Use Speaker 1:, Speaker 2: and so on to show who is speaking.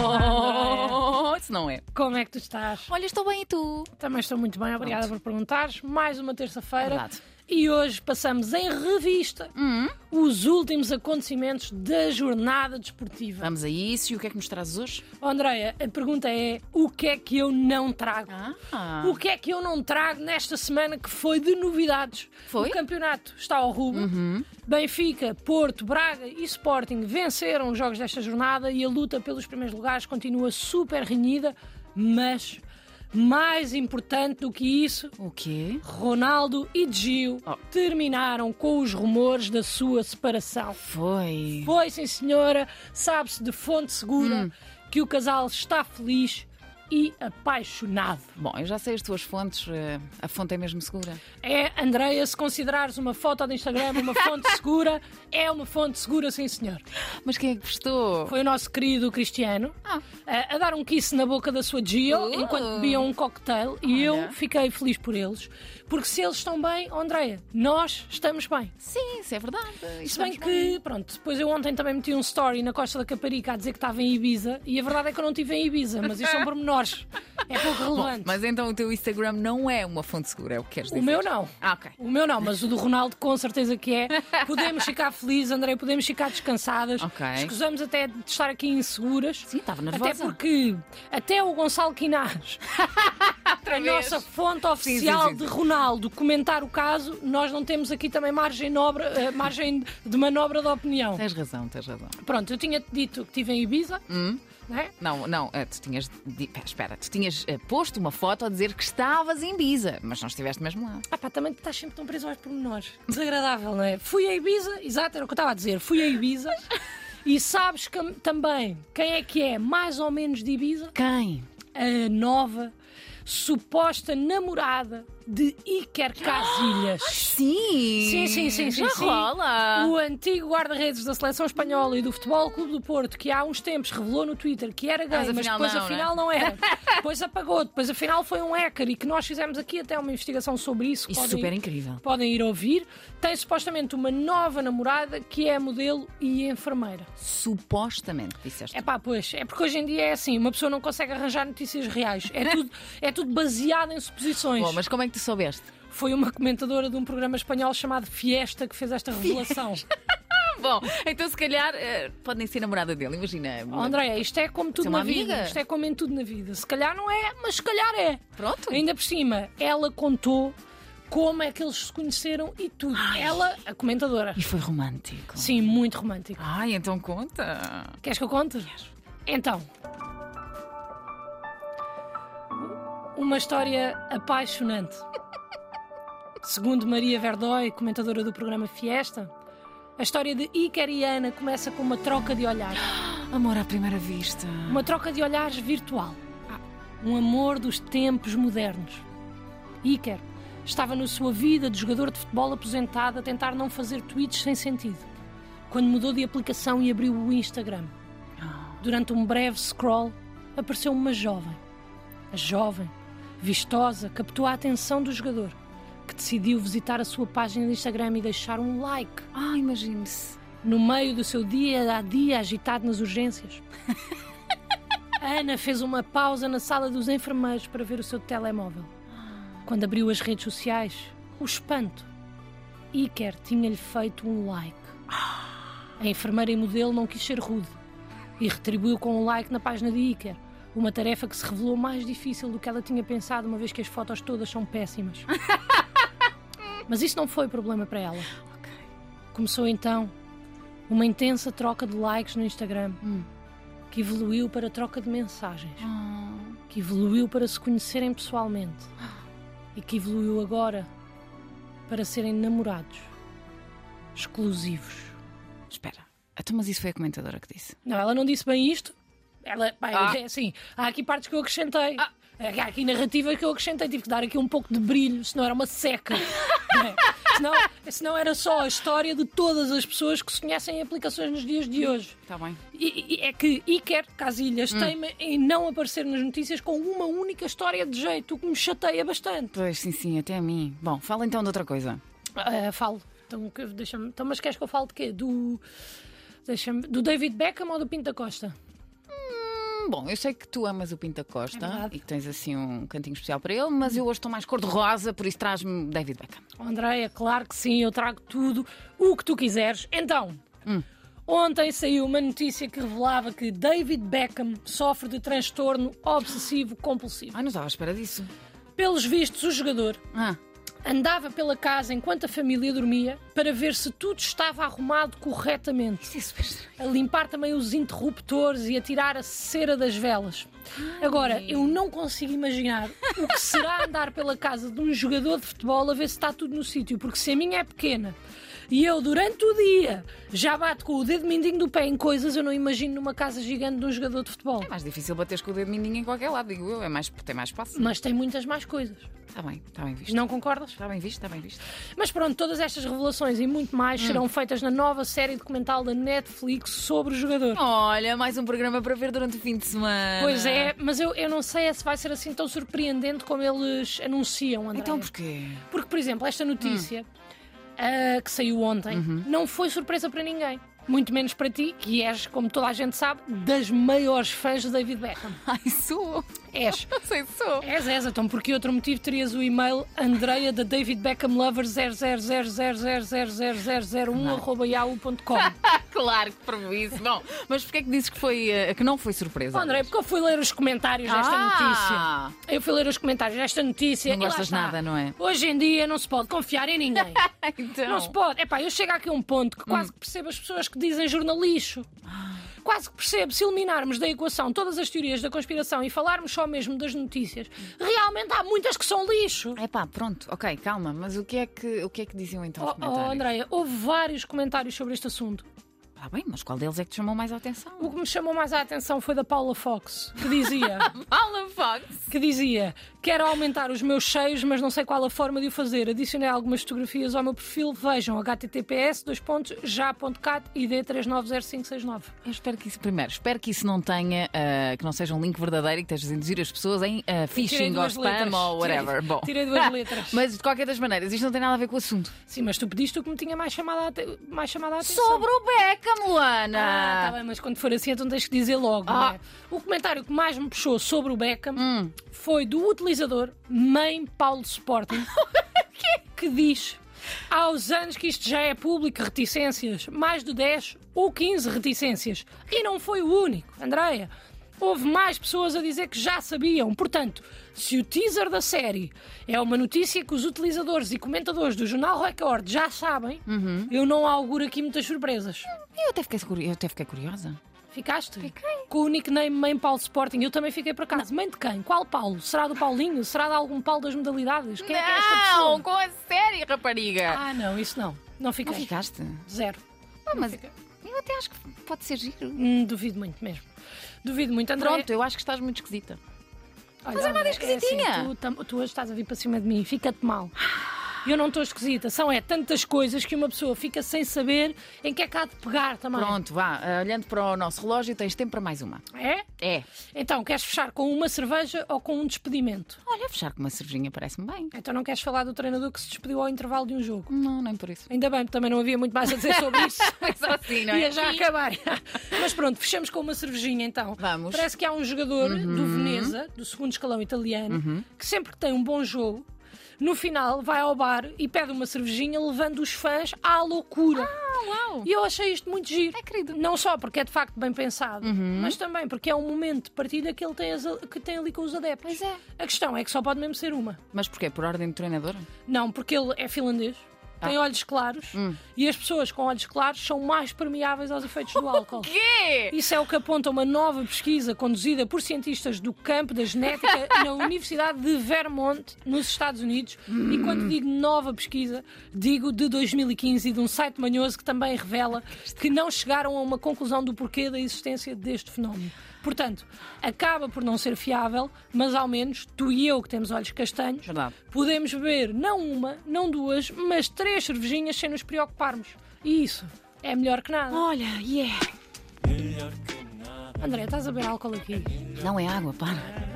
Speaker 1: Oh, isso não é.
Speaker 2: Como é que tu estás?
Speaker 1: Olha, estou bem e tu?
Speaker 2: Também estou muito bem, obrigada por perguntares. Mais uma terça-feira.
Speaker 1: Verdade. Hum?
Speaker 2: E hoje passamos em revista os últimos acontecimentos da jornada desportiva.
Speaker 1: Vamos a isso. E o que é que nos trazes hoje?
Speaker 2: Oh, Andreia, a pergunta é: o que é que eu não trago?
Speaker 1: Ah,
Speaker 2: O que é que eu não trago nesta semana que foi de novidades?
Speaker 1: Foi? Uhum.
Speaker 2: O campeonato está ao rumo. Benfica, Porto, Braga e Sporting venceram os jogos desta jornada e a luta pelos primeiros lugares continua super renhida, mas mais importante do que isso,
Speaker 1: o quê?
Speaker 2: Ronaldo e Gil
Speaker 1: Oh.
Speaker 2: terminaram com os rumores da sua separação.
Speaker 1: Foi.
Speaker 2: Pois, sim, senhora, sabe-se de fonte segura
Speaker 1: Hum.
Speaker 2: que o casal está feliz e apaixonado.
Speaker 1: Bom, eu já sei as tuas fontes. eh, A fonte é mesmo segura.
Speaker 2: É, Andreia, se considerares uma foto do Instagram uma fonte segura, é uma fonte segura, sim senhor.
Speaker 1: Mas quem é que postou?
Speaker 2: Foi o nosso querido Cristiano
Speaker 1: Ah.
Speaker 2: a, a dar um kiss na boca da sua Jill
Speaker 1: Uh.
Speaker 2: enquanto bebiam um cocktail e
Speaker 1: Olha.
Speaker 2: eu fiquei feliz por eles, porque se eles estão bem, oh, Andreia, nós estamos bem.
Speaker 1: Sim, isso é verdade.
Speaker 2: Se bem que, pronto, depois eu ontem também meti um story na Costa da Caparica a dizer que estava em Ibiza e a verdade é que eu não estive em Ibiza, mas isso são pormenores, é pouco relevante.
Speaker 1: Mas então o teu Instagram não é uma fonte segura, é o que queres dizer?
Speaker 2: O meu não.
Speaker 1: Ah, ok.
Speaker 2: O meu não, mas o do Ronaldo com certeza que é. Podemos ficar felizes, André, podemos ficar descansadas.
Speaker 1: Ok.
Speaker 2: Escusamos até de estar aqui inseguras.
Speaker 1: Sim, estava nervosa.
Speaker 2: Até porque até o Gonçalo Quinás, a nossa fonte oficial
Speaker 1: sim, sim.
Speaker 2: de Ronaldo, comentar o caso, nós não temos aqui também margem, nobre, eh, margem de manobra de opinião.
Speaker 1: Tens razão, tens razão.
Speaker 2: Pronto, eu tinha-te dito que estive em Ibiza,
Speaker 1: Hum.
Speaker 2: né?
Speaker 1: Não, não, eh, tu tinhas. di- pera, Espera, tu tinhas eh, posto uma foto a dizer que estavas em Ibiza, mas não estiveste mesmo lá.
Speaker 2: Ah pá, também estás sempre tão preso aos pormenores. Desagradável, não é? Fui a Ibiza, exato, era o que eu estava a dizer. Fui a Ibiza e sabes que- também quem é que é mais ou menos de Ibiza?
Speaker 1: Quem?
Speaker 2: A nova, suposta namorada de Iker Casilhas.
Speaker 1: Sim!
Speaker 2: Sim, sim, sim, sim,
Speaker 1: Já
Speaker 2: sim.
Speaker 1: rola!
Speaker 2: O antigo guarda-redes da seleção espanhola e do Futebol Clube do Porto, que há uns tempos revelou no Twitter que era gay,
Speaker 1: Mas
Speaker 2: mas,
Speaker 1: afinal
Speaker 2: depois
Speaker 1: não, é?
Speaker 2: afinal não, era. depois apagou, depois afinal foi um hacker e que nós fizemos aqui até uma investigação sobre isso.
Speaker 1: Isso é
Speaker 2: podem-
Speaker 1: super incrível.
Speaker 2: podem ir ouvir, tem supostamente uma nova namorada que é modelo e enfermeira.
Speaker 1: Supostamente, disseste.
Speaker 2: É pá, pois, é porque hoje em dia é assim, uma pessoa não consegue arranjar notícias reais. É tudo, é tudo baseado em suposições.
Speaker 1: Bom, mas como é que tu soubeste?
Speaker 2: Foi uma comentadora de um programa espanhol chamado Fiesta que fez esta revelação.
Speaker 1: Bom, então se calhar eh, pode nem ser namorada dele, imagina.
Speaker 2: Oh, Andréia, isto é como tudo
Speaker 1: uma
Speaker 2: na vida.
Speaker 1: amiga?
Speaker 2: Isto é como em tudo na vida. Se calhar não é, mas se calhar é.
Speaker 1: Pronto.
Speaker 2: Ainda por cima, ela contou como é que eles se conheceram e tudo. Ela, a comentadora.
Speaker 1: E foi romântico.
Speaker 2: Sim, muito romântico.
Speaker 1: Ai, então conta.
Speaker 2: Queres que eu conte? Então. Uma história apaixonante. Segundo Maria Verdói, comentadora do programa Fiesta, a história de Iker e Ana começa com uma troca de olhares.
Speaker 1: Amor à primeira vista.
Speaker 2: Uma troca de olhares virtual. Um amor dos tempos modernos. Iker estava na sua vida de jogador de futebol aposentado a tentar não fazer tweets sem sentido, quando mudou de aplicação e abriu o Instagram. Durante um breve scroll, apareceu uma jovem. A jovem, vistosa, captou a atenção do jogador, que decidiu visitar a sua página de Instagram e deixar um like
Speaker 1: Ah, imagine-se.
Speaker 2: no meio do seu dia a dia agitado nas urgências. A Ana fez uma pausa na sala dos enfermeiros para ver o seu telemóvel. Quando abriu as redes sociais, o espanto. Iker tinha-lhe feito um like. A enfermeira e modelo não quis ser rude e retribuiu com um like na página de Iker. Uma tarefa que se revelou mais difícil do que ela tinha pensado, uma vez que as fotos todas são péssimas. Mas isso não foi problema para ela. Começou então uma intensa troca de likes no Instagram,
Speaker 1: Hum.
Speaker 2: que evoluiu para troca de mensagens,
Speaker 1: Ah,
Speaker 2: que evoluiu para se conhecerem pessoalmente e que evoluiu agora para serem namorados exclusivos.
Speaker 1: espera. Então, mas isso foi a comentadora que disse.
Speaker 2: Não, ela não disse bem isto. Ela, bem,
Speaker 1: Ah.
Speaker 2: é assim, há aqui partes que eu acrescentei.
Speaker 1: Ah.
Speaker 2: Há aqui narrativas que eu acrescentei. Tive que dar aqui um pouco de brilho, senão era uma seca. Não é? senão, senão era só a história de todas as pessoas que se conhecem em aplicações nos dias de hoje.
Speaker 1: Está Tá bem.
Speaker 2: E- e- é que Iker Casilhas teima em não aparecer nas notícias com uma única história de jeito, o que me chateia bastante.
Speaker 1: Pois, sim, sim, até a mim. Bom, fala então de outra coisa.
Speaker 2: Ah, falo. Então, que- deixa-me. Então, mas queres que eu fale de quê? Do. Deixa-me. Do David Beckham ou do Pinto da Costa?
Speaker 1: Bom, eu sei que tu amas o Pinta Costa
Speaker 2: É verdade.
Speaker 1: e que tens assim um cantinho especial para ele, mas eu hoje estou mais cor-de-rosa, por isso traz-me David Beckham.
Speaker 2: Andréia, é claro que sim, eu trago tudo, o que tu quiseres. Então, ontem saiu uma notícia que revelava que David Beckham sofre de transtorno obsessivo-compulsivo.
Speaker 1: Ai, não estava à espera disso.
Speaker 2: Pelos vistos, o jogador
Speaker 1: Ah,
Speaker 2: andava pela casa enquanto a família dormia para ver se tudo estava arrumado corretamente.
Speaker 1: isso é super estranho.
Speaker 2: A limpar também os interruptores e a tirar a cera das velas. Agora, eu não consigo imaginar o que será andar pela casa de um jogador de futebol a ver se está tudo no sítio, porque se a minha é pequena e eu durante o dia já bato com o dedo mindinho do pé em coisas, eu não imagino numa casa gigante de um jogador de futebol.
Speaker 1: É mais difícil bateres com o dedo mindinho em qualquer lado, digo eu. É mais, tem mais espaço.
Speaker 2: Mas tem muitas mais coisas.
Speaker 1: Está bem, está bem visto.
Speaker 2: Não concordas?
Speaker 1: Está bem visto, está bem visto.
Speaker 2: Mas pronto, todas estas revelações e muito mais serão feitas na nova série documental da Netflix sobre o jogador.
Speaker 1: Olha, mais um programa para ver durante o fim de semana.
Speaker 2: Pois é, mas eu, eu não sei se vai ser assim tão surpreendente como eles anunciam, André.
Speaker 1: Então porquê?
Speaker 2: Porque, por exemplo, esta notícia ah, que saiu ontem não foi surpresa para ninguém. Muito menos para ti, que és, como toda a gente sabe, das maiores fãs de David Beckham.
Speaker 1: Ai, sou.
Speaker 2: És.
Speaker 1: Não sei se sou.
Speaker 2: És, és, então, por que outro motivo terias o e-mail andreia da David Beckham Lover 0000000001@yahoo.com?
Speaker 1: Ah, claro que prejuízo. Bom, mas porquê é que dizes que, foi, eh, que não foi surpresa?
Speaker 2: Oh, André, porque eu fui ler os comentários desta
Speaker 1: Ah!
Speaker 2: notícia. Eu fui ler os comentários desta notícia.
Speaker 1: Não
Speaker 2: e lá
Speaker 1: gostas
Speaker 2: está.
Speaker 1: nada, não é?
Speaker 2: Hoje em dia não se pode confiar em ninguém.
Speaker 1: então.
Speaker 2: não se pode. Epá, eu chego aqui a um ponto que
Speaker 1: Hum.
Speaker 2: quase que percebo as pessoas que dizem jornalixo. Quase que percebo, se eliminarmos da equação todas as teorias da conspiração e falarmos só mesmo das notícias, realmente há muitas que são lixo.
Speaker 1: É pá, pronto, ok, calma, mas o que é que, o que, é que diziam então os
Speaker 2: Oh, oh,
Speaker 1: comentários?
Speaker 2: Andréia, houve vários comentários sobre este assunto.
Speaker 1: Está bem, mas qual deles é que te chamou mais a atenção?
Speaker 2: O que me chamou mais a atenção foi da Paula Fox, que dizia.
Speaker 1: Alan Fox!
Speaker 2: que dizia: Quero aumentar os meus cheios, mas não sei qual a forma de o fazer. Adicionei algumas fotografias ao meu perfil. Vejam https id390569
Speaker 1: Eu espero que isso, primeiro, espero que isso não tenha, ah, que não seja um link verdadeiro e que estejas a induzir as pessoas em ah,
Speaker 2: Tirei
Speaker 1: phishing ou
Speaker 2: duas
Speaker 1: spam
Speaker 2: letras.
Speaker 1: ou whatever.
Speaker 2: Tirei-
Speaker 1: Bom. Ah,
Speaker 2: tirei duas letras.
Speaker 1: Mas de qualquer das maneiras, isto não tem nada a ver com o assunto.
Speaker 2: Sim, mas tu pediste o que me tinha mais chamado a, ate- mais chamado a atenção.
Speaker 1: Sobre o Beckham, Luana!
Speaker 2: Ah, tá bem, mas quando for assim, então tens que dizer logo.
Speaker 1: Ah.
Speaker 2: não é? O comentário que mais me puxou sobre o Beckham foi do utilizador Mãe Paulo Sporting, que diz. Há os anos que isto já é público, reticências, mais de 10 ou 15 reticências. E não foi o único, Andreia. Houve mais pessoas a dizer que já sabiam. Portanto, se o teaser da série é uma notícia que os utilizadores e comentadores do Jornal Record já sabem, eu não auguro aqui muitas surpresas.
Speaker 1: Eu até fiquei, curi- eu até fiquei curiosa.
Speaker 2: Ficaste? Fiquei. Com o nickname Mãe Paulo Sporting. Eu também fiquei por acaso. Mãe de quem? Qual Paulo? Será do Paulinho? Será de algum Paulo das modalidades? Quem é que é esta pessoa?
Speaker 1: não, com a série, rapariga!
Speaker 2: Ah, não, isso não. Não
Speaker 1: não
Speaker 2: fiquei.
Speaker 1: ficaste?
Speaker 2: Zero.
Speaker 1: Ah, mas eu até acho que pode ser giro.
Speaker 2: Hum, duvido muito mesmo. Duvido muito, André.
Speaker 1: Pronto, eu acho que estás muito esquisita.
Speaker 2: Olha,
Speaker 1: mas é nada
Speaker 2: André,
Speaker 1: esquisitinha.
Speaker 2: assim, tu, tam- tu hoje estás a vir para cima de mim. Fica-te mal. Eu não estou esquisita. São é tantas coisas que uma pessoa fica sem saber em que é que há de pegar também.
Speaker 1: Pronto, vá, ah, olhando para o nosso relógio, tens tempo para mais uma.
Speaker 2: É?
Speaker 1: É.
Speaker 2: Então, queres fechar com uma cerveja ou com um despedimento?
Speaker 1: Olha, fechar com uma cervejinha parece-me bem.
Speaker 2: Então não queres falar do treinador que se despediu ao intervalo de um jogo?
Speaker 1: Não, nem por isso.
Speaker 2: Ainda bem, porque também não havia muito mais a dizer sobre isso.
Speaker 1: Só assim, não é?
Speaker 2: Ia já acabar. Mas pronto, fechamos com uma cervejinha então.
Speaker 1: Vamos. Uhum.
Speaker 2: Parece que há um jogador do Veneza, do segundo escalão italiano, que sempre que tem um bom jogo, no final vai ao bar e pede uma cervejinha, levando os fãs à loucura.
Speaker 1: Ah, Uau!
Speaker 2: E eu achei isto muito giro.
Speaker 1: É Uhum. querido.
Speaker 2: Não só porque é de facto bem pensado, mas também porque é um momento de partilha que ele tem, as- que tem ali com os adeptos.
Speaker 1: Pois é.
Speaker 2: A questão é que só pode mesmo ser uma.
Speaker 1: Mas porquê? Por ordem do treinador?
Speaker 2: Não, porque ele é finlandês, tem olhos claros e as pessoas com olhos claros são mais permeáveis aos efeitos do álcool.
Speaker 1: Quê?
Speaker 2: Isso é o que aponta uma nova pesquisa conduzida por cientistas do campo da genética na Universidade de Vermont, nos Estados Unidos. E quando digo nova pesquisa, digo de 2015 e de um site manhoso que também revela que não chegaram a uma conclusão do porquê da existência deste fenómeno. Portanto, acaba por não ser fiável, mas ao menos tu e eu que temos olhos castanhos
Speaker 1: Verdade.
Speaker 2: podemos beber não uma, não duas, mas três cervejinhas sem nos preocuparmos. E isso é melhor que nada.
Speaker 1: Olha, é? yeah!
Speaker 2: André, estás a beber álcool aqui?
Speaker 1: Não é água, para.